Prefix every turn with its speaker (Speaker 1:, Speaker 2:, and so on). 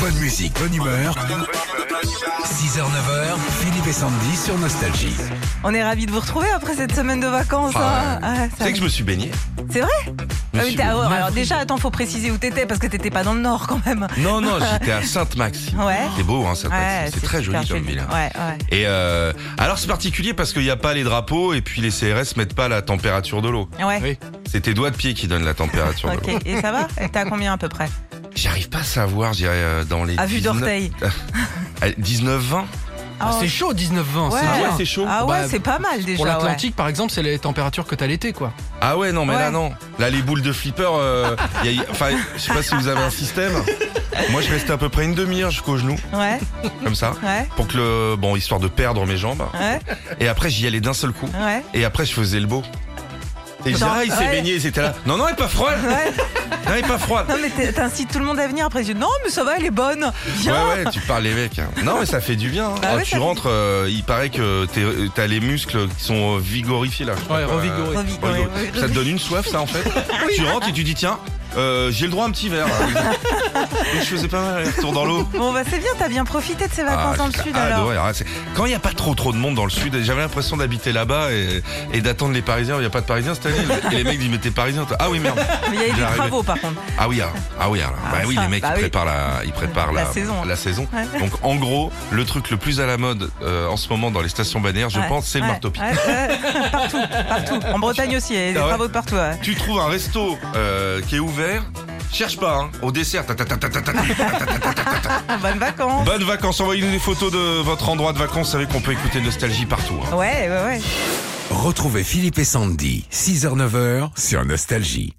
Speaker 1: Bonne musique, bonne humeur. 6h, 9h, Philippe et Sandy sur Nostalgie.
Speaker 2: On est ravis de vous retrouver après cette semaine de vacances. hein.
Speaker 3: Ah,
Speaker 2: Ah, ça
Speaker 3: Tu sais que je me suis baigné.
Speaker 2: C'est vrai
Speaker 3: Je me
Speaker 2: Ah oui,
Speaker 3: suis
Speaker 2: t'as-
Speaker 3: baigné.
Speaker 2: ouais, Alors déjà, attends, faut préciser où t'étais parce que t'étais pas dans le nord quand même.
Speaker 3: Non, non, j'étais à Sainte-Max.
Speaker 2: Ouais.
Speaker 3: C'est beau, hein, Sainte-Max.
Speaker 2: Ouais,
Speaker 3: c'est très
Speaker 2: super
Speaker 3: joli comme ville. hein.
Speaker 2: Ouais, ouais.
Speaker 3: Et euh, alors, c'est particulier parce qu'il n'y a pas les drapeaux et puis les CRS mettent pas la température de l'eau.
Speaker 2: Ouais,
Speaker 3: C'est tes doigts de pied qui donnent la température de l'eau.
Speaker 2: ok. Et ça va Et T'es à combien à peu près
Speaker 3: J'arrive pas à savoir, je dirais, euh, dans les.
Speaker 2: À vue
Speaker 3: 19
Speaker 2: d'orteil.
Speaker 3: à 19-20
Speaker 4: Ah,
Speaker 2: Ah,
Speaker 4: c'est chaud 19-20,
Speaker 2: Ouais.
Speaker 4: c'est bien.
Speaker 2: Ah ouais,
Speaker 3: c'est chaud.
Speaker 2: Ah ouais,
Speaker 4: Bah,
Speaker 2: c'est pas mal déjà.
Speaker 4: Pour
Speaker 2: ouais.
Speaker 4: l'Atlantique, par exemple, c'est les températures que t'as l'été, quoi.
Speaker 3: Ah ouais, non, mais
Speaker 2: Ouais.
Speaker 3: là, non. Là, les boules de flipper, euh, y a- y- enfin, je sais pas si vous avez un système. Moi, je restais à peu près une demi-heure jusqu'aux genoux,
Speaker 2: Ouais,
Speaker 3: comme ça.
Speaker 2: ouais,
Speaker 3: Pour que le. Bon, histoire de perdre mes jambes.
Speaker 2: ouais,
Speaker 3: Et après, j'y allais d'un seul coup.
Speaker 2: ouais.
Speaker 3: Et après, je faisais le beau. Et je disais,
Speaker 2: Genre,
Speaker 3: ah, il s'est
Speaker 2: ouais.
Speaker 3: baigné, ils étaient là. Non, non, elle est pas froide.
Speaker 2: Ouais.
Speaker 3: Non, elle est pas froide.
Speaker 2: Non mais t'es- t'incites tout le monde à venir après. Tu dis non mais ça va, elle est bonne.
Speaker 3: Ouais,
Speaker 2: Viens.
Speaker 3: ouais, tu parles les mecs. hein. Non, mais ça fait du bien. hein.
Speaker 2: Bah
Speaker 3: Quand
Speaker 2: ouais,
Speaker 3: tu
Speaker 2: ça fait-
Speaker 3: rentres, euh, il paraît que t'es- euh, t'as les muscles qui sont euh, vigorifiés là. Je sais pas
Speaker 4: Ouais,
Speaker 3: quoi,
Speaker 4: revigorés.
Speaker 3: euh,
Speaker 2: Revigorés,
Speaker 3: revigorés.
Speaker 2: ouais.
Speaker 3: Ça te donne une soif, ça en fait. Tu rentres et tu dis, tiens, euh, j'ai le droit à un petit verre. là. Et je faisais pas mal, retour dans l'eau.
Speaker 2: Bon bah c'est bien, t'as bien profité de ces vacances dans le
Speaker 3: j'ai
Speaker 2: sud alors.
Speaker 3: adoré. Alors, Ah, c'est- Quand il n'y a pas trop trop de monde dans le sud, j'avais l'impression d'habiter là-bas et, et d'attendre les Parisiens. Il n'y a pas de Parisiens cette année. Et les mecs disent mais t'es Parisien toi. Ah oui merde.
Speaker 2: Mais il y a eu des
Speaker 3: J'arrive.
Speaker 2: travaux par contre.
Speaker 3: Ah oui ah, ah oui alors.
Speaker 2: Ah,
Speaker 3: bah oui
Speaker 2: ça,
Speaker 3: les mecs
Speaker 2: bah
Speaker 3: ils
Speaker 2: oui.
Speaker 3: préparent la ils préparent
Speaker 2: La
Speaker 3: la,
Speaker 2: saison.
Speaker 3: la saison.
Speaker 2: Ouais.
Speaker 3: Donc en gros le truc le plus à la mode euh, en ce moment dans les stations balnéaires je
Speaker 2: Ouais,
Speaker 3: pense c'est le
Speaker 2: ouais,
Speaker 3: marteau pique.
Speaker 2: ouais, ouais, partout, partout. En Bretagne aussi, il y a des
Speaker 3: Ah ouais.
Speaker 2: travaux de partout. ouais.
Speaker 3: Tu trouves un resto euh, qui est ouvert. Cherche pas, hein, au dessert. ta, ta, ta, ta, ta, ta, ta.
Speaker 2: Ah, Bonnes vacances.
Speaker 3: Bonnes vacances, envoyez-nous des photos de votre endroit de vacances. Vous savez qu'on peut écouter Nostalgie partout. hein.
Speaker 2: Ouais, ouais, ouais.
Speaker 1: Retrouvez Philippe et Sandy, 6h, 9h sur Nostalgie.